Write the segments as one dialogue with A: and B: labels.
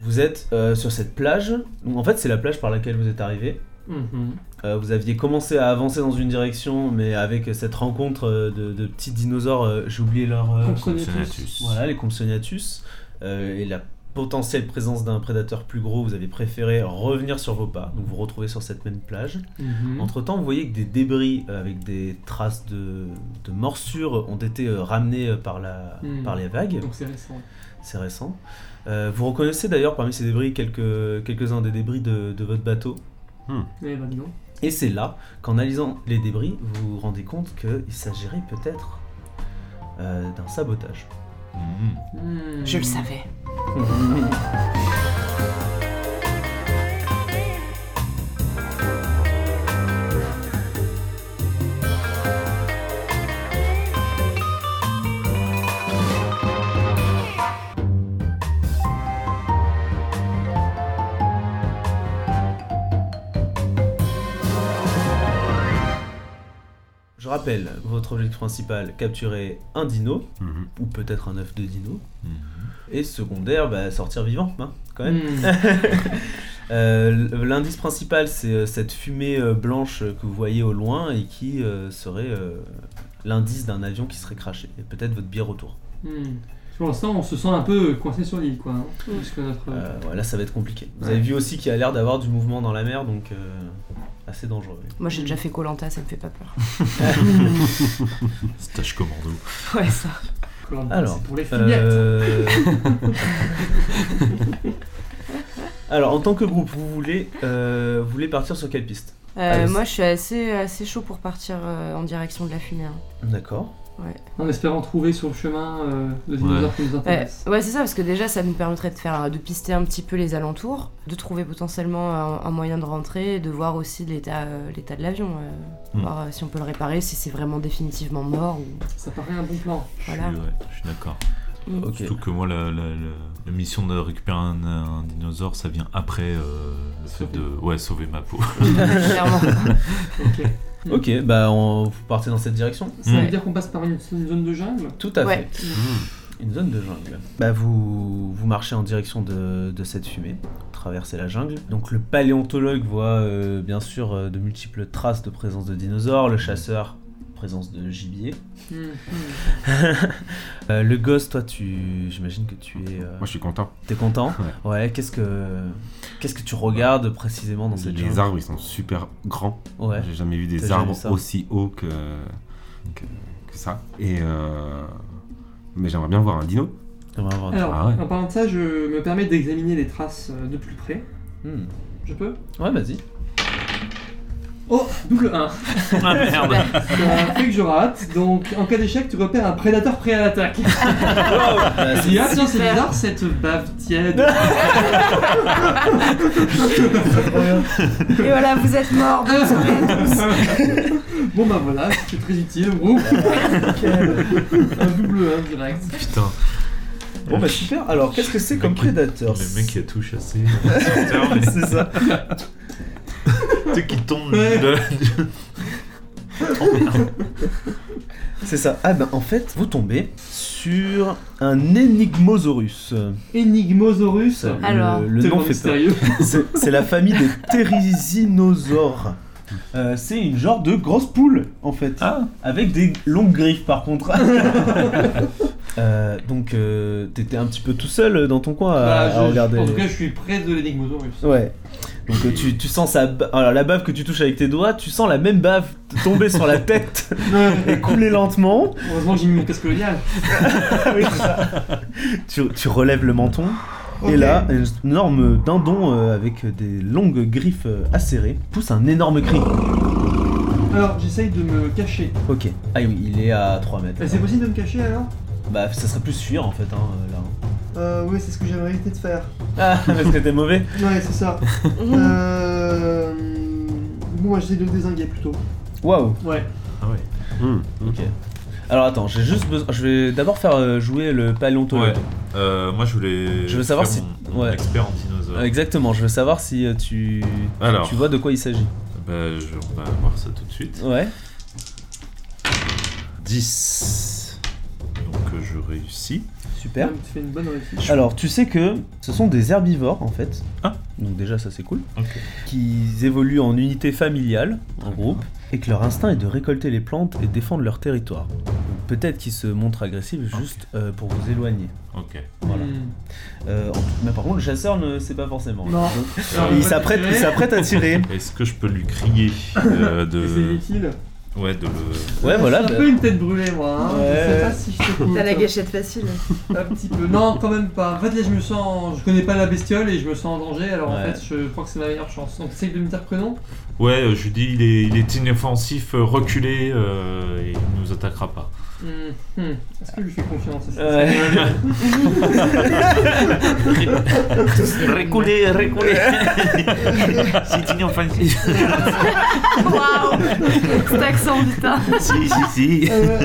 A: vous êtes euh, sur cette plage. Donc, en fait, c'est la plage par laquelle vous êtes arrivé.
B: Mhm.
A: Euh, vous aviez commencé à avancer dans une direction, mais avec cette rencontre euh, de, de petits dinosaures, euh, j'ai oublié leur. euh,
B: Compsognathus.
A: voilà, les Compsognathus. euh, et la potentielle présence d'un prédateur plus gros, vous avez préféré revenir sur vos pas. Donc vous vous retrouvez sur cette même plage.
B: Mhm.
A: Entre temps, vous voyez que des débris euh, avec des traces de, de morsures ont été euh, ramenés euh, par, la,
B: Hmm.
A: par les vagues.
B: Donc c'est récent.
A: C'est récent. Euh, vous reconnaissez d'ailleurs parmi ces débris quelques- quelques-uns des débris de- de votre bateau.
B: Eh ben dis donc.
A: Et c'est là qu'en analysant les débris, vous vous rendez compte qu'il s'agirait peut-être euh, d'un sabotage.
C: Mhm.
B: Mhm.
D: Je le savais.
A: Je rappelle, votre objectif principal, capturer un dino,
C: Mhm.
A: ou peut-être un œuf de dino,
C: Mhm.
A: et secondaire, bah, sortir vivant, hein, quand même.
B: Mhm.
A: Euh, L'indice principal, c'est euh, cette fumée euh, blanche que vous voyez au loin et qui euh, serait euh, l'indice d'un avion qui serait craché, et peut-être votre bière autour.
B: Mhm. Pour l'instant, on se sent un peu coincé sur l'île, quoi. hein. Parce que notre.
A: Euh, voilà, ça va être compliqué. Vous
B: Ouais.
A: avez vu aussi qu'il y a l'air d'avoir du mouvement dans la mer, donc euh, assez dangereux.
D: Moi, j'ai déjà fait Colanta, ça me fait pas peur.
C: Stage commando.
D: ouais, ça.
B: Koh-Lanta,
A: Alors,
B: c'est pour les fillettes.
A: euh, alors en tant que groupe, vous voulez, euh, vous voulez partir sur quelle piste
C: Ah,
D: Euh,
A: Allez.
D: moi, je suis assez, assez chaud pour partir euh, en direction de la fumée. hein.
A: D'accord.
B: En espérant trouver sur le chemin euh, le dinosaure qui
C: Ah,
B: nous
D: Ouais,
B: intéresse.
D: ouais, c'est ça, parce que déjà, ça nous permettrait de faire, de pister un petit peu les alentours, de trouver potentiellement un, un moyen de rentrer, de voir aussi l'état, euh, l'état de l'avion, euh,
C: Hmm.
D: voir euh, si on peut le réparer, si c'est vraiment définitivement mort ou
B: Ça paraît un bon plan.
D: voilà.
C: Je suis, ouais, je suis d'accord.
A: Ok.
C: Surtout que moi, la, la- la- la mission de récupérer un, un dinosaure, ça vient après euh, le fait
B: Sauver.
C: de ouais, sauver ma peau.
D: Clairement.
C: Hmm.
B: Ok.
A: Ok, bah on, vous partez dans cette direction.
B: Ça veut
C: Mm.
B: dire qu'on passe par une, une zone de jungle
A: Tout à
D: Ouais.
A: fait. Une zone de jungle. Mmh. Bah vous, vous marchez en direction de, de cette fumée, traversez la jungle. Donc le paléontologue voit euh, bien sûr euh, de multiples traces de présence de dinosaures, le chasseur présence de gibier.
B: Mhm.
A: Euh, le gosse, toi tu, j'imagine que tu es, euh,
E: Moi, je suis content.
A: t'es content. Ouais. qu'est-ce que, qu'est-ce que tu regardes précisément dans cette
E: Les
A: jungle
E: arbres, ils sont super grands.
A: Ouais.
E: J'ai jamais vu
A: T'as
E: des
A: jamais
E: arbres
A: vu ça
E: aussi hauts que, que, que ça. Et euh, mais j'aimerais bien voir un dino.
A: On va
C: Euh.
A: voir.
B: Alors,
E: Ah ouais.
B: en parlant de ça, je me permets d'examiner les traces euh, de plus près.
A: Hmm.
B: Je peux
A: Ouais, vas-y.
B: Oh Double 1
C: Ah merde
B: Ça fait que je rate. Donc, en cas d'échec, tu repères un prédateur prêt à l'attaque.
A: Bah,
B: Je
A: c'est-
B: dis, ah tiens, c'est bizarre cette bave tiède.
D: Et voilà, vous êtes mort.
B: bon bah voilà, c'était très utile. Ouh. un double 1 direct.
C: Putain,
A: Bon bah super. Alors qu'est-ce que c'est
C: Le
A: comme
C: mec-
A: prédateur
C: le mec qui a tout chassé. euh, sur Terre, mais
A: C'est ça.
C: tu sais, qui tombe
B: Ouais.
C: de-
A: C'est ça. Ah ben en fait, vous tombez sur un Enigmosaurus.
B: Enigmosaurus.
A: Ça, le-
D: Alors.
A: le, nom fait peur.
B: mystérieux.
A: C'est c'est la famille des ptérisinosaures. Euh, c'est une genre de grosse poule en fait,
C: Ah,
A: avec des longues griffes par contre. Euh, donc euh, t'étais un petit peu tout seul euh, dans ton coin à,
B: Bah, je-
A: à regarder.
B: En tout cas, je suis près de l'énigmosaurus.
A: Ouais. Donc euh, tu, tu sens sa ba- alors, la bave que tu touches avec tes doigts, tu sens la même bave te tomber sur la tête et couler lentement.
B: Heureusement, j'ai mis mon casque logiciel.
A: Oui, c'est ça. tu, tu relèves le menton. Et là, un énorme dindon euh, avec des longues griffes euh, acérées pousse un énorme cri.
B: Alors, j'essaye de me cacher.
A: Ok. Ah oui, il est à 3 mètres.
B: Bah, c'est possible de me cacher alors
A: Bah, ça serait plus fuir en fait, hein, euh, là. hein.
B: Euh, oui, c'est ce que j'aimerais éviter de faire.
A: Ah, parce que t'es mauvais.
B: Ouais, c'est ça. Mmh.
D: Hmm.
B: euh. Bon, moi, j'essaye de le désinguer plutôt.
A: Waouh.
B: Ouais.
C: ah ouais.
E: Hmm.
A: Ok. Alors attends, j'ai juste besoin. Je vais d'abord faire euh, jouer le paléontologue.
C: Ouais. Euh, moi je voulais.
A: Je veux savoir
C: faire
A: si-
C: Mon, mon
A: ouais.
C: expert en dinosaures.
A: Euh, Exactement, je veux savoir si euh, tu.
C: bah. Ah, Alors.
A: Tu vois de quoi il s'agit.
C: Bah, je- on va voir ça tout de suite.
A: Ouais.
C: 10. Donc donc euh, je réussis.
A: Super.
B: Tu fais une bonne réussite.
A: Alors, tu sais que ce sont des herbivores en fait.
C: Ah.
A: Donc, déjà, ça c'est cool.
C: Ok.
A: Qui évoluent en unité familiale, en groupe, et que leur instinct est de récolter les plantes et de défendre leur territoire. Donc, Peut-être qu'ils se montrent agressifs juste euh, pour vous éloigner.
C: Ok.
A: Ah, Voilà.
B: Hmm.
A: Euh, en tout- Mais par contre, le chasseur ne sait pas forcément.
B: Non.
A: Donc,
C: Euh,
A: il s'apprête il s'apprête à tirer.
C: Est-ce que je peux lui crier euh,
B: C'est
C: de.
B: utile.
C: Ouais, de le.
A: Ouais, voilà. bah-
B: J'ai un peu une tête brûlée, moi. hein. Je
A: Ouais.
B: sais pas si je te coupe.
D: T'as la gâchette facile.
B: Un petit peu. Non, quand même pas. En fait, là, je me sens. Je connais pas la bestiole et je me sens en danger, alors en
A: Ouais.
B: fait, je crois que c'est ma meilleure chance. Donc, essaye de me dire prénom.
C: Ouais, euh, je lui dis, il est, il est inoffensif, euh, reculé, euh, et il nous attaquera pas.
B: Hmm, hmm. Est-ce que je lui fais confiance c'est ça
A: Ouais.
C: Reculé, reculé C'est inoffensif
D: Waouh Cet accent, putain.
C: Si, si, si
B: Euh,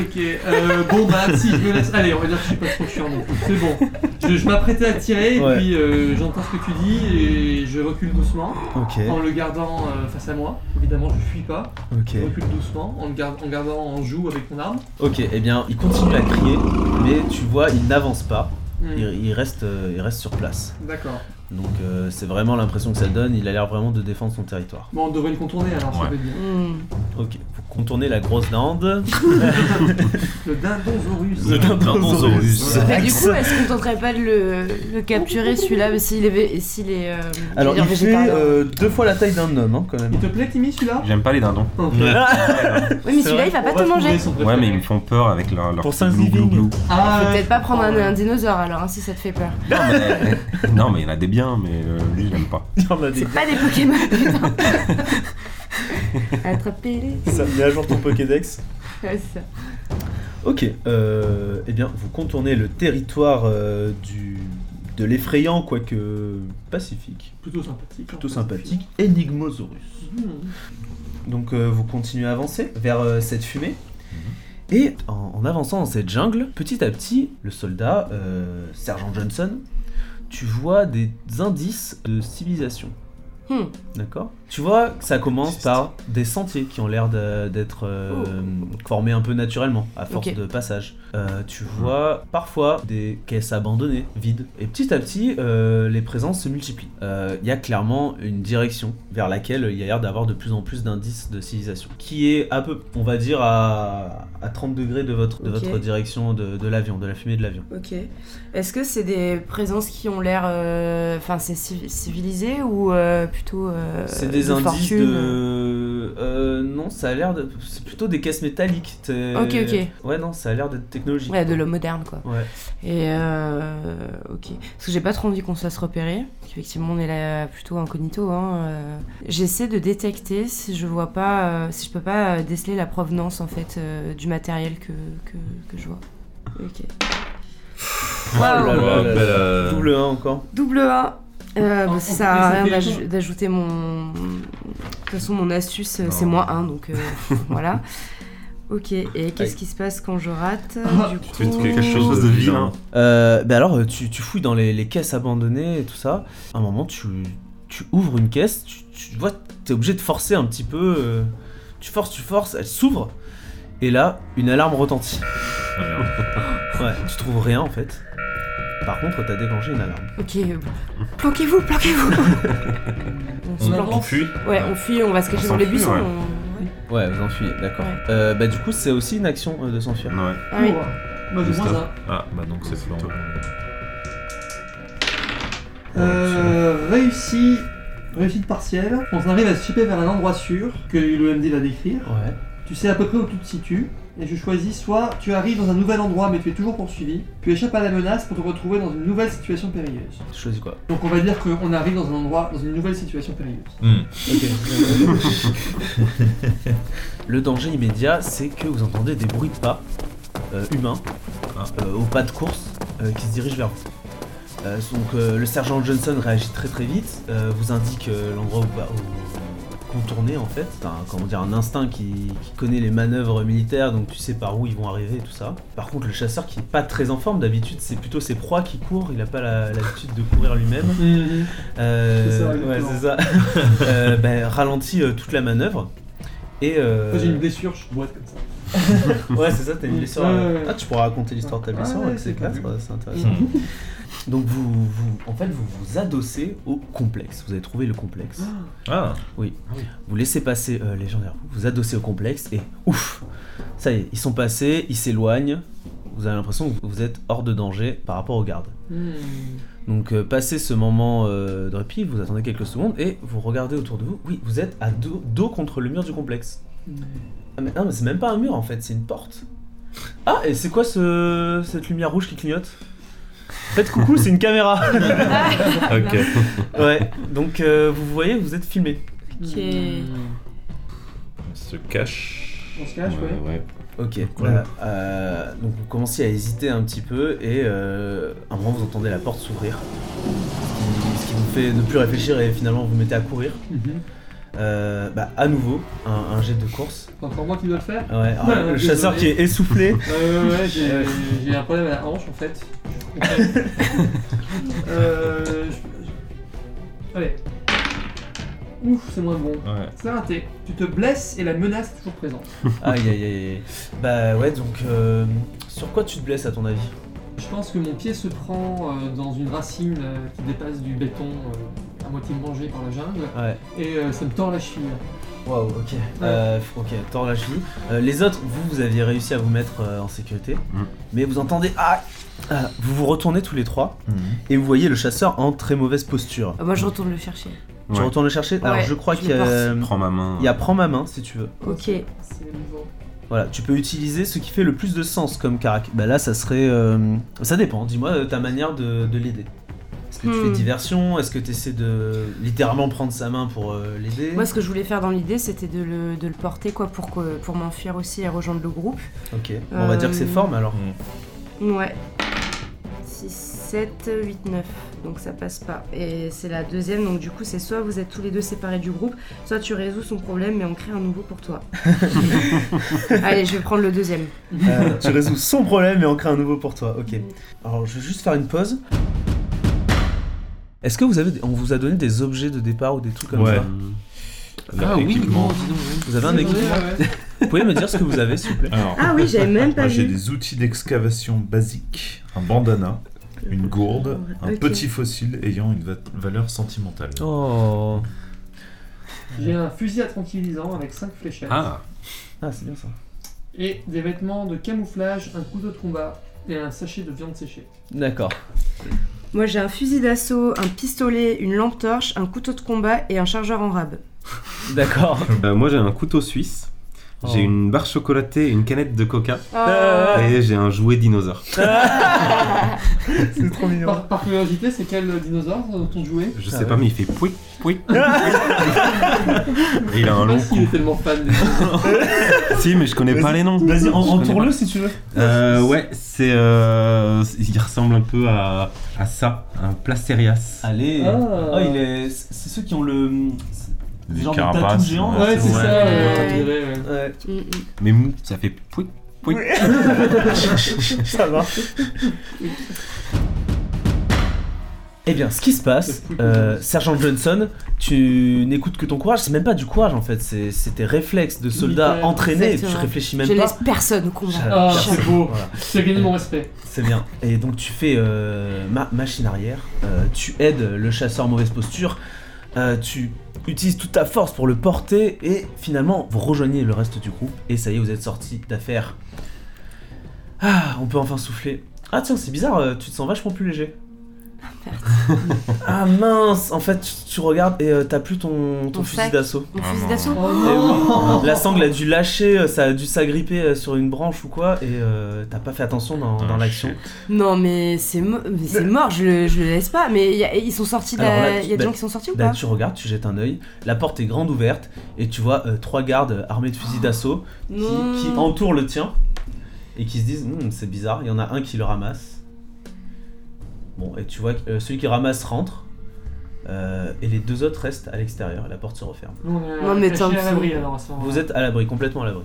B: ok, euh, bon bah si je me laisse. Allez, on va dire que je suis pas trop chiant non plus. C'est bon. Je, je m'apprêtais à tirer,
A: Ouais.
B: et puis euh, j'entends ce que tu dis et je recule doucement
A: Ok,
B: en le gardant euh, face à moi. Évidemment, je fuis pas.
A: ok.
B: Je recule doucement en le gard- en gardant en joue avec mon arme.
A: Ok, eh bien, il continue à crier, mais tu vois, il n'avance pas.
B: Hmm,
A: Il, il reste, euh, il reste sur place.
B: D'accord.
A: Donc, euh, c'est vraiment l'impression que ça donne. Il a l'air vraiment de défendre son territoire.
B: Bon, on devrait le contourner alors, ça
C: Ouais.
B: veut dire.
D: Hmm.
A: Ok, vous contournez la grosse dinde.
B: Le dindonsaurus.
A: Le Dindonsaurus.
C: Dindonsaurus.
D: Mais Bah, du
A: Axe.
D: coup, euh, est-ce qu'on tenterait pas de le, le capturer celui-là mais S'il est, vé- s'il est euh,
A: Alors,
D: je
A: il
D: veux dire,
A: fait
D: végétarien.
A: euh, deux fois la taille d'un homme, hein, quand
B: Il
A: même.
B: te plaît, Timmy, celui-là
E: J'aime pas les dindons.
B: Ok.
D: Oui, mais celui-là, il va
B: On
D: pas te
B: trouver
D: manger.
B: son
E: Ouais,
B: préféré.
E: mais ils me font peur avec leur, leur
A: Pour
E: petit
A: Thanksgiving.
E: glou glou glou.
B: Ah,
D: Faut
B: ouais. Oh,
D: peut-être pas prendre un, un dinosaure alors, hein, si ça te fait peur.
E: Non, mais, non, mais il y en a des biens, mais euh, lui, j'aime pas.
A: Il y en a des-
D: C'est pas des Pokémon, putain. Attrapez-les.
A: Ça met à jour ton Pokédex.
D: Ouais, c'est ça.
A: Ok, euh, eh bien, vous contournez le territoire euh, du, de l'effrayant, quoique pacifique,
B: Plutôt sympathique.
A: plutôt sympathique, Enigmosaurus.
B: Hmm.
A: Donc euh, vous continuez à avancer vers euh, cette fumée. Et en, en avançant dans cette jungle, petit à petit, le soldat, euh, Sergent Johnson, tu vois des indices de civilisation.
D: Hmm.
A: D'accord Tu vois que ça commence
C: Juste.
A: par des sentiers qui ont l'air de- d'être euh, formés un peu naturellement, à force
D: Oh. Ok.
A: de passage. Euh, tu vois parfois des caisses abandonnées, vides. Et petit à petit, euh, les présences se multiplient. Euh, Il y a clairement une direction vers laquelle il y a l'air d'avoir de plus en plus d'indices de civilisation, qui est à peu, on va dire, à, à 30 degrés de votre, de
D: Ok.
A: votre direction de, de l'avion, de la fumée de l'avion.
D: Ok. Est-ce que c'est des présences qui ont l'air. euh, Enfin, c'est civi- civilisé ou euh, plutôt. euh,
A: C'est des
D: de
A: indices
D: fortune
A: de. Euh, non, ça a l'air de. C'est plutôt des caisses métalliques. t'es-
D: Ok, ok.
A: Ouais, non, ça a l'air d'être technologique.
D: Ouais, de l'homme moderne, quoi.
A: Ouais.
D: Et. euh, ok. Parce que j'ai pas trop envie qu'on se fasse repérer. Parce qu'effectivement, on est là plutôt incognito. Hein. euh. J'essaie de détecter si je vois pas. euh, si je peux pas euh, déceler la provenance, en fait, euh, du matériel que, que, que je vois. Ok.
B: Oh
D: Waouh.
A: là là là.
C: belle, euh,
A: Double 1 encore.
D: Double A. Euh,
B: En-
D: bah,
B: en
D: ça sert à
B: plus,
D: rien
B: c'était
D: d'aj-
B: quoi
D: d'ajouter mon. De toute façon, mon astuce, euh,
E: Non.
D: c'est moins 1, donc euh, voilà. Ok, et qu'est-ce qui se passe quand je rate Du
C: Ah, tu fais
D: coup.
C: quelque chose
E: chose
C: de
E: de
C: vilain.
A: Euh, bah alors, tu, tu fouilles dans les, les caisses abandonnées et tout ça. À un moment, tu, tu ouvres une caisse, tu, tu vois, t'es obligé de forcer un petit peu. euh, tu forces, tu forces, elle s'ouvre. Et là, une alarme retentit. Ouais, tu trouves rien en fait. Par contre, t'as déclenché une alarme.
D: Ok, euh, planquez-vous, planquez-vous On se
C: On,
D: planque.
C: on fuit
D: Ouais, on fuit, on va se cacher
E: On
D: dans les
E: s'enfuit,
D: buissons.
E: ouais.
D: on- ouais.
A: Ouais, vous enfuyez, d'accord.
D: Ouais.
A: Euh, bah, du coup, c'est aussi une action euh, de s'enfuir.
E: Ouais.
D: Ah oui.
B: Moi, j'ai
C: Juste
B: moins
C: là.
B: un.
C: Ah, bah donc c'est
E: C'est
C: plan.
E: toi.
B: Euh, réussi, réussite partielle. On arrive à se chipper vers un endroit sûr que l'OMD va décrire.
A: Ouais.
B: Tu sais à peu près où tu te situes. Et je choisis soit tu arrives dans un nouvel endroit mais tu es toujours poursuivi, tu échappes à la menace pour te retrouver dans une nouvelle situation périlleuse.
A: Tu choisis quoi
B: Donc on va dire qu'on arrive dans un endroit, dans une nouvelle situation périlleuse.
C: Hmm.
A: Ok. Le danger immédiat, c'est que vous entendez des bruits de pas euh, humains
C: Ah.
A: euh, au pas de course euh, qui se dirigent vers vous. Euh, donc euh, le sergent Johnson réagit très très vite, euh, vous indique euh, l'endroit où, va- où contourner en fait. C'est un- comment dire, un instinct qui, qui connaît les manœuvres militaires, donc tu sais par où ils vont arriver et tout ça. Par contre le chasseur qui n'est pas très en forme d'habitude, c'est plutôt ses proies qui courent, il n'a pas la- l'habitude de courir lui-même. Euh,
B: C'est ça,
A: ouais,
B: exactement.
A: bah, c'est ça. Euh, ben, ralentit euh, toute la euh, manœuvre Et euh,
B: Moi, J'ai une blessure, je boite comme ça.
A: ouais, c'est ça, t'as une blessure.
B: Ouais,
A: euh,
B: ouais, ouais.
A: Ah, tu pourras raconter l'histoire de ta blessure
B: Ouais,
A: avec
B: ouais,
A: ces
B: c'est
A: quatre,
B: cool.
A: euh, c'est intéressant.
B: Mm.
A: Donc vous, vous, en fait, vous vous adossez au complexe. Vous avez trouvé le complexe.
C: Ah,
A: Vous laissez passer euh, les gens derrière vous, vous adossez au complexe et ouf, ça y est, ils sont passés, ils s'éloignent. Vous avez l'impression que vous êtes hors de danger par rapport aux gardes.
B: Hmm.
A: Donc euh, passez ce moment euh, de répit, vous attendez quelques secondes et vous regardez autour de vous. Oui, vous êtes à dos, dos contre le mur du complexe. Ah, mais, non, mais c'est même pas un mur en fait, c'est une porte. Ah, et c'est quoi ce, cette lumière rouge qui clignote Faites coucou, c'est une caméra.
D: Ah,
C: ok.
A: ouais, donc euh, vous voyez, vous êtes filmé.
D: Ok.
B: Hmm.
C: On se cache.
B: On se cache, ouais.
E: Ouais, ouais.
A: Ok,
C: Ouais.
A: euh, euh, donc vous commencez à hésiter un petit peu et euh, à un moment vous entendez la porte s'ouvrir. Ce qui- Ce qui vous fait ne plus réfléchir et finalement vous vous mettez à courir.
B: Mhm.
A: Euh, bah, à nouveau, un, un jet de course.
B: C'est encore moi qui dois le faire
A: Ouais, alors, le
B: désolé.
A: chasseur qui est essoufflé.
B: Ouais, ouais, ouais, j'ai j'ai un problème à la hanche en fait. euh, je- je- Allez. Ouf, c'est moins bon.
C: Ouais.
B: C'est raté. Tu te blesses et la menace est toujours présente.
A: Aïe aïe aïe. aïe. Bah ouais, donc euh, sur quoi tu te blesses à ton avis
B: Je pense que mon pied se prend euh, dans une racine euh, qui dépasse du béton euh, à moitié mangé par la jungle
A: Ouais.
B: et euh, ça me tord la cheville.
A: Waouh, ok. Euh, ok, tord la cheville. Euh, les autres, vous, vous aviez réussi à vous mettre euh, en sécurité.
E: Mm.
A: Mais vous entendez. Ah Ah, Vous vous retournez tous les trois. Et vous voyez le chasseur en très mauvaise posture.
D: Ah, Moi, je retourne le chercher.
A: Tu
E: Ouais.
A: retournes le chercher Alors
D: Ouais,
A: je crois
D: je
A: qu'il y a,
D: le
A: euh,
E: Prends ma main.
A: il y a prends ma main si tu veux.
D: Ok.
B: C'est nouveau.
A: Voilà, tu peux utiliser ce qui fait le plus de sens comme carac. Bah là ça serait... euh, Ça dépend, dis-moi euh, ta manière de, de l'aider. Est-ce que tu
D: Hmm.
A: fais diversion Est-ce que tu essaies de littéralement prendre sa main pour euh, l'aider
D: Moi, ce que je voulais faire dans l'idée, c'était de le, de le porter quoi, pour, que- pour m'enfuir aussi et rejoindre le groupe.
A: Ok, Bon, on va dire que c'est
D: Euh,
A: forme alors.
D: Ouais. 6, 7, 8, 9. Donc ça passe pas. Et c'est la deuxième. Donc du coup, c'est soit vous êtes tous les deux séparés du groupe, soit tu résous son problème, mais on crée un nouveau pour toi. Allez, je vais prendre le deuxième.
A: Euh, tu résous son problème et en crées un nouveau pour toi. Ok. Alors, je vais juste faire une pause. Est-ce que vous avez, on vous a donné des objets de départ ou des trucs comme
C: Ouais.
A: ça
E: Hmm. Ah oui,
C: Équipement.
E: bon, dis donc, oui.
A: Vous avez un
B: C'est
A: équipement
B: vrai, ouais.
A: Vous pouvez me dire ce que vous avez, s'il vous plaît
C: Alors,
D: Ah oui, j'avais même pas
C: moi j'ai
D: vu.
C: des outils d'excavation basiques, un bandana, une gourde, un
D: Ok.
C: petit fossile ayant une va- valeur sentimentale.
A: Oh.
B: J'ai un fusil à tranquillisant avec 5 fléchettes.
E: Ah,
A: Ah, c'est bien ça.
B: Et des vêtements de camouflage, un couteau de combat et un sachet de viande séchée.
A: D'accord.
D: Moi, j'ai un fusil d'assaut, un pistolet, une lampe torche, un couteau de combat et un chargeur en rab.
A: D'accord.
E: Euh, moi j'ai un couteau suisse, j'ai
A: Oh.
E: une barre chocolatée, une canette de coca
A: Ah.
E: et j'ai un jouet dinosaure.
A: C'est trop mignon.
B: Par, par curiosité, c'est quel dinosaure dont on jouait
E: Je
A: Ah
E: sais
A: ouais.
E: pas, mais il fait poui, poui. Ah. Et il a un
B: Je
E: long
B: sais pas s'il
E: cou.
B: est tellement fan des dinosaures.
E: Si, mais je connais pas les noms.
A: Vas-y,
E: Je
A: en-
E: connais
A: entoure-le si tu veux.
E: pas. Euh, ouais, c'est. euh, il ressemble un peu à, à ça, un placérias.
A: Allez.
B: Ah.
A: Ah, il est. C'est ceux qui ont le.
C: Des
A: Genre de
C: carapaces,
A: tatou géant,
C: ouais,
B: Ouais, c'est ça,
D: Ouais.
B: ouais, on dirait, ouais.
A: Ouais.
D: Mm, mm.
E: Mais mou, ça fait poui, poui.
A: ça va. Eh bien, ce qui se passe, euh, Sergent Johnson, tu n'écoutes que ton courage. C'est même pas du courage en fait, c'est c'est tes réflexes de soldat
B: Nickel.
A: entraîné. Tu
D: Exactement.
A: réfléchis
D: Je
A: même
D: laisse
A: pas.
D: personne au combat.
B: Ah,
A: Personne.
B: c'est beau.
A: Voilà,
B: Tu as gagné mon respect.
A: c'est bien. Et donc tu fais euh, ma- machine arrière, euh, tu aides le chasseur en mauvaise posture, euh, tu utilises toute ta force pour le porter et finalement vous rejoignez le reste du groupe et ça y est vous êtes sorti d'affaire. Ah, on peut enfin souffler. Ah tiens, c'est bizarre, euh, tu te sens vachement plus léger. Ah mince, en fait tu, tu regardes et euh, t'as plus ton, ton
D: Ton
A: fusil
D: sac.
A: d'assaut.
D: Mon
C: Ah,
D: fusil
C: non.
D: d'assaut.
B: Oh
A: Et
B: non
A: oui, La sangle a dû lâcher, euh, ça a dû s'agripper euh, sur une branche ou quoi, et euh, t'as pas fait attention dans, dans
C: Ah,
A: l'action.
C: shit.
D: Non, mais c'est mo- mais c'est mort, je le, je le laisse pas. Mais y a- ils sont sortis de
A: Alors là,
D: la...
A: tu-
D: y a des
A: bah-
D: gens qui sont sortis ou
A: Bah,
D: pas
A: tu regardes, tu jettes un œil, la porte est grande ouverte, et tu vois euh, trois gardes armés de fusils d'assaut qui,
D: Non.
A: qui entourent le tien, et qui se disent Hum, c'est bizarre, il y en a un qui le ramasse. Bon, et tu vois que euh, celui qui ramasse rentre, euh, et les deux autres restent à l'extérieur, et la porte se referme.
B: Nous, on est
D: Non, mais
B: cachés
D: tant
B: à
D: pis.
B: l'abri alors à ce moment-là.
A: Vous êtes à l'abri, complètement à l'abri.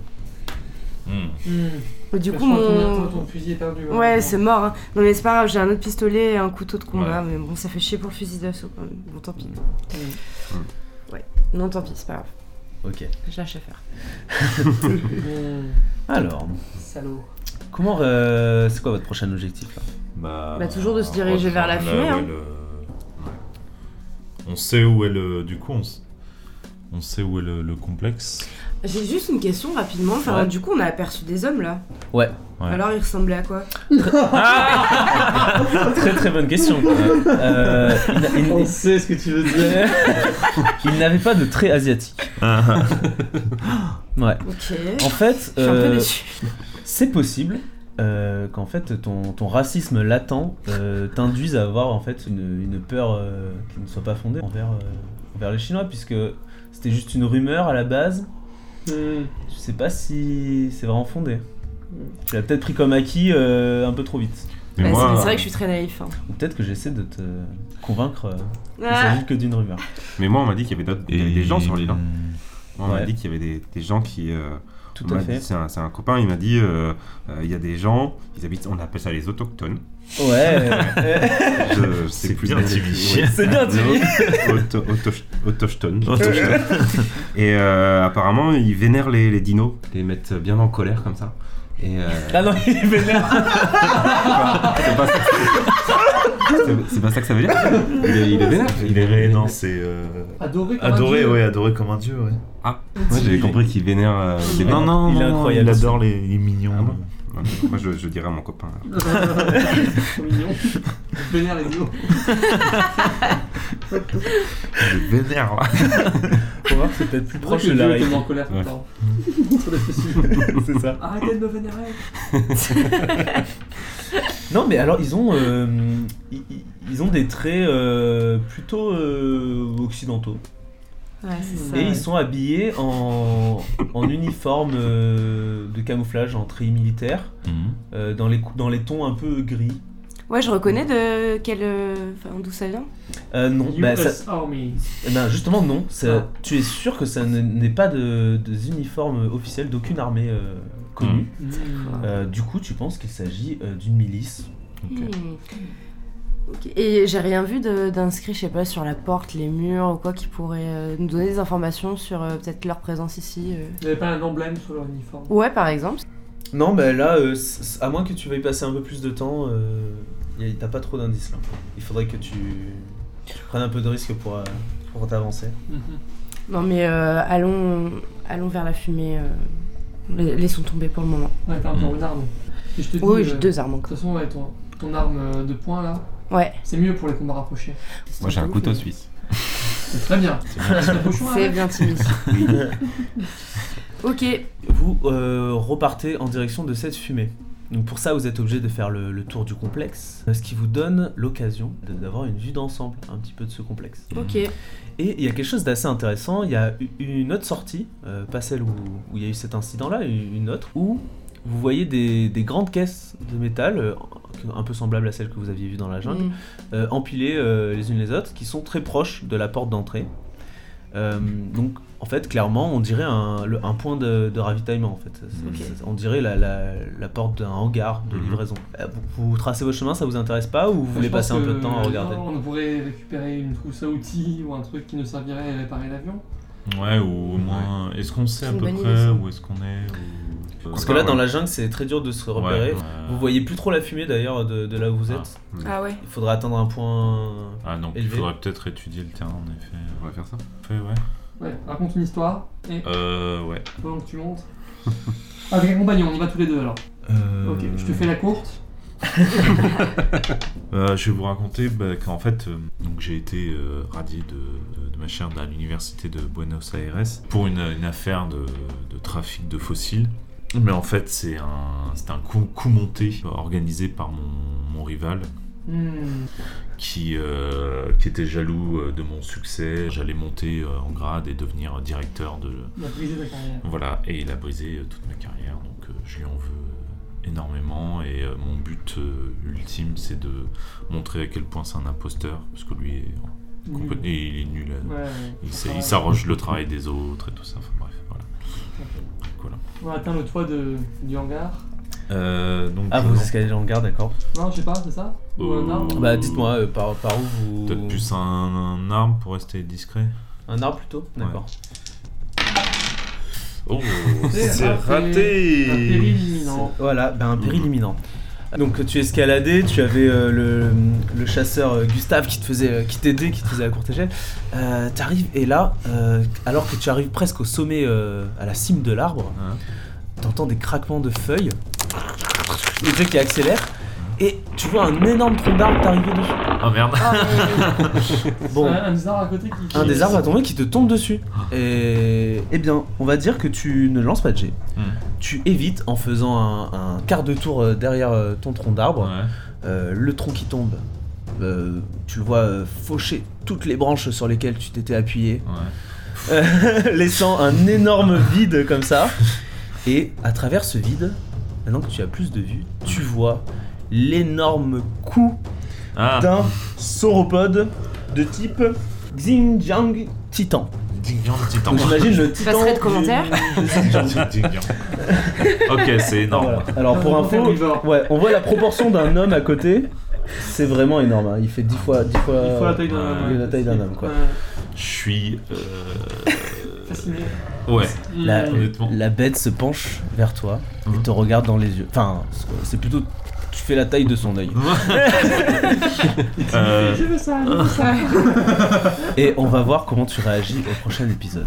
C: Hmm.
B: Hmm.
D: Du
B: Bah, je
D: coup,
B: crois que ton-
D: mon...
B: ton- ton fusil est perdu.
D: Ouais, c'est mort. hein. Non, mais c'est pas grave, j'ai un autre pistolet et un couteau de combat.
C: Ouais.
D: Mais bon, ça fait chier pour le fusil d'assaut quand même. Bon, tant pis.
B: Mm.
D: Non, tant pis, c'est pas grave.
A: Ok.
D: Je lâche faire.
A: Alors,
B: Hmm. Salaud.
A: comment. euh, c'est quoi votre prochain objectif là
C: Bah,
D: Bah, toujours de se diriger vers la
C: là
D: fumée,
C: où
D: hein.
C: elle, euh, ouais. On sait où est le. Du coup, on, s- on sait où est le, le complexe.
D: J'ai juste une question rapidement. Enfin,
A: Ouais.
D: du coup, on a aperçu des hommes là.
A: Ouais.
C: Ouais.
D: Alors, ils ressemblaient à quoi
A: Ah Très très bonne question. Euh, il n'a- il-
B: On sait ce que tu veux dire.
A: il- il n'avait pas de trait asiatique. Ouais.
D: Ok. Ah. Je
A: En fait,
D: suis un peu
A: euh,
D: déçue.
A: c'est possible euh, qu'en fait ton, ton racisme latent euh, t'induise à avoir en fait une, une peur euh, qui ne soit pas fondée envers, euh, envers les Chinois, puisque c'était juste une rumeur à la base.
B: Hmm.
A: Je sais pas si c'est vraiment fondé. Tu l'as peut-être pris comme acquis euh, un peu trop vite.
E: Mais
D: Bah,
E: moi,
D: c'est c'est vrai que je suis très naïf. hein.
A: Ou peut-être que j'essaie de te convaincre euh, qu'il
D: Ah.
A: s'agit que d'une rumeur.
E: mais moi, on m'a dit qu'il y avait d'autres- des, des gens sur l'île. hein. Moi, on m'a
A: Ouais.
E: dit qu'il y avait des, des gens qui. euh,
A: Tout
E: on
A: à
E: m'a
A: fait.
E: dit- C'est un, c'est un copain, il m'a dit euh, euh, il y a des gens, ils habitent, on appelle ça les autochtones.
A: Ouais. euh,
E: Je, je sais
C: C'est
E: plus
C: bien
E: les-
C: Timmy.
E: oui.
A: c'est bien, tu dis.
E: Auto- auto- Autochtones. Et euh, apparemment, ils vénèrent les, les dinos, ils les mettent bien en colère comme ça. Et euh,
A: Ah non, il est vénère.
E: c'est pas ça que c'est- c'est pas ça que ça veut dire. Il est, il est vénère.
C: Il est ré- non, c'est. euh,
B: Adoré. comme un
C: Adoré,
B: Ah, dieu.
C: ouais, adoré comme un dieu, ouais.
E: Moi j'avais compris qu'il vénère. euh, il les
C: Non,
E: vénère.
C: non,
A: Il
C: non,
A: est
C: non,
A: incroyable.
C: il adore les, les mignons.
E: Ah bon Ouais, Moi je, je dirais à mon copain.
B: Trop mignon. Vénère les dinos.
E: Il est vénère là.
A: Faut voir que c'est peut-être plus
B: Pourquoi
A: proche
B: que
A: de la
B: Dieu
A: réalité.
B: était en colère tout le
E: Ouais.
B: temps Trop d'associés.
A: C'est ça.
B: Arrêtez de me vénérer.
A: Non, mais alors ils ont, euh, ils, ils- ils ont des traits euh, plutôt euh, occidentaux.
D: Ouais, c'est ça.
A: Et ils sont habillés en, en uniforme euh, de camouflage en tri militaire,
C: Mhm.
A: euh, dans, les, cou- dans les tons un peu gris.
D: Ouais, je reconnais de quel. euh, Enfin, d'où ça vient
A: Euh, non, bah, ça-
B: US Army.
A: eh ben, justement non. Ça-
B: Ah.
A: Tu es sûr que ça ne- n'est pas de, des uniformes officiels d'aucune armée euh, connue.
B: Hmm.
A: Euh, du coup, tu penses qu'il s'agit euh, d'une milice.
C: Ok.
D: Hmm. Ok. Et j'ai rien vu de- d'inscrit, je sais pas, sur la porte, les murs ou quoi, qui pourrait euh, nous donner des informations sur euh, peut-être leur présence ici. euh.
B: Vous n'avez pas un emblème sur leur uniforme
D: Ouais, par exemple.
A: Non, mais là, euh, c- c- à moins que tu veuilles passer un peu plus de temps, euh, y a- t'as pas trop d'indices là. Il faudrait que tu, tu prennes un peu de risque pour, euh, pour t'avancer.
B: Mhm.
D: Non, mais euh, allons, allons vers la fumée. euh. La- Laissons tomber pour le moment.
B: Ouais, t'as encore
C: Mhm.
B: une arme. Et je te dis,
D: Oui,
B: euh,
D: j'ai
B: de
D: deux armes
B: toute
D: encore.
B: façon, ouais, ton, ton arme euh, de poing là,
D: Ouais.
B: c'est mieux pour les combats rapprochés.
E: Moi j'ai un couteau suisse.
B: C'est très bien. C'est un cochon,
D: C'est
B: hein.
D: bien timide. ok.
A: Vous euh, repartez en direction de cette fumée. Donc pour ça, vous êtes obligé de faire le, le tour du complexe, ce qui vous donne l'occasion de- d'avoir une vue d'ensemble un petit peu de ce complexe.
D: Ok.
A: Et il y a quelque chose d'assez intéressant, il y a u- une autre sortie, euh, pas celle où où il y a eu cet incident-là, u- une autre, où vous voyez des, des grandes caisses de métal, euh, un peu semblables à celles que vous aviez vues dans la jungle,
D: Hmm.
A: euh, empilées euh, les unes les autres, qui sont très proches de la porte d'entrée. Euh, donc, en fait, clairement, on dirait un, le- un point de, de ravitaillement. En fait, C'est-
D: Ok.
A: c'est- on dirait la, la- la porte d'un hangar de
E: Mhm.
A: livraison. Euh, Vous, vous tracez votre chemin, ça vous intéresse pas, ou vous voulez
B: Mm-hmm. Je pense
A: passer un peu de
B: que,
A: temps à
B: euh,
A: regarder
B: On pourrait récupérer une trousse à outils ou un truc qui nous servirait à réparer l'avion.
C: Ouais, ou au moins. Est-ce qu'on sait à
D: C'est une
C: peu
D: bonne idée,
C: près
D: ça.
C: où est-ce qu'on est ou-
A: Parce que là,
E: Ouais,
A: dans
E: ouais.
A: la jungle, c'est très dur de se
C: Ouais,
A: repérer.
C: ouais.
A: Vous voyez plus trop la fumée d'ailleurs de, de là où vous
C: Ah.
A: êtes.
D: Ah ouais.
A: Il faudra atteindre un point.
C: Ah, donc il
A: Élevé.
C: faudrait peut-être étudier le terrain en effet.
E: On va faire ça.
C: Ouais, ouais.
B: Ouais, raconte une histoire et
C: Euh, ouais.
B: pendant que tu montes. Avec un compagnon, on y va tous les deux alors.
C: Euh,
B: Ok, je te fais la courte.
C: Euh, je vais vous raconter bah, qu'en fait, euh, donc j'ai été euh, radié de, de- de ma chaire à l'université de Buenos Aires pour une, une affaire de, de trafic de fossiles. Mais en fait, c'est un, c'est un coup, coup monté organisé par mon, mon rival
B: Hmm.
C: qui, euh, qui était jaloux euh, de mon succès. J'allais monter euh, en grade et devenir directeur de,
B: Il a brisé ta carrière.
C: voilà, et il a brisé euh, toute ma carrière, donc euh, je lui en veux euh, énormément. Et euh, mon but euh, ultime, c'est de montrer à quel point c'est un imposteur, parce que lui, est,
B: Nul.
C: complètement- et il est nul. euh,
B: Mmh. Ouais, Ah, ouais.
C: il s'est-
B: Ouais.
C: il s'arroge le travail des autres et tout ça. Enfin bref, voilà. Voilà.
B: On a atteint le toit de, du hangar.
C: Euh, donc,
A: Ah,
C: je
A: vous
C: lance-
A: escaladez en garde, d'accord
B: Non, je sais pas, c'est ça Ou
C: Euh,
B: un arbre
A: Bah, dites-moi euh, par, par où vous.
C: peut-être plus un, un arbre pour rester discret.
A: Un arbre plutôt D'accord.
C: Oh,
B: Ah, C'est
C: c'est
B: raté. Un
C: raté
B: péril imminent.
A: Voilà, ben un péril imminent. Donc tu escaladais, tu avais euh, le, le chasseur euh, Gustave qui te faisait, euh, qui t'aidait, qui te faisait la courte échelle. Euh, t'arrives et là, euh, alors que tu arrives presque au sommet, euh, à la cime de l'arbre,
C: Ouais.
A: t'entends des craquements de feuilles, le truc qui accélère, et tu vois un énorme tronc d'arbre t'arriver dessus.
C: Oh merde.
A: Bon,
B: Un, un des arbres à côté qui.
A: un des arbres a tombé qui te tombe dessus.
C: Ah.
A: Et eh bien, on va dire que tu ne lances pas de jet.
C: Hmm.
A: Tu évites en faisant un, un quart de tour euh, derrière euh, ton tronc d'arbre.
C: Ouais.
A: Euh, le tronc qui tombe, euh, tu le vois euh, faucher toutes les branches sur lesquelles tu t'étais appuyé,
C: Ouais.
A: euh, laissant un énorme vide comme ça. Et à travers ce vide, maintenant que tu as plus de vue, tu vois l'énorme coup
C: Ah.
A: d'un sauropode de type Xinjiang Titan.
C: Dingyang, petit
A: Donc
C: tambour.
A: j'imagine le titan.
D: passerai de
A: du-
D: commentaires
A: du Xinjiang.
C: Dingyang. Ok, c'est énorme.
A: Voilà. Alors pour info, euh, ouais, on voit la proportion d'un homme à côté. C'est vraiment énorme. hein. Il fait 10 fois, 10 fois,
B: Il faut la taille d'un
C: Euh,
B: homme.
A: la taille d'un homme, quoi.
B: Ouais,
C: Je suis. euh,
B: Fasciné.
C: Ouais.
A: La-
B: Mm.
C: Honnêtement.
A: La bête se penche vers toi et
C: Mhm.
A: te regarde dans les yeux. Enfin, c'est plutôt. Tu fais la taille de son œil.
C: Euh,
B: Je veux ça, je veux ça.
A: Et on va voir comment tu réagis au prochain épisode.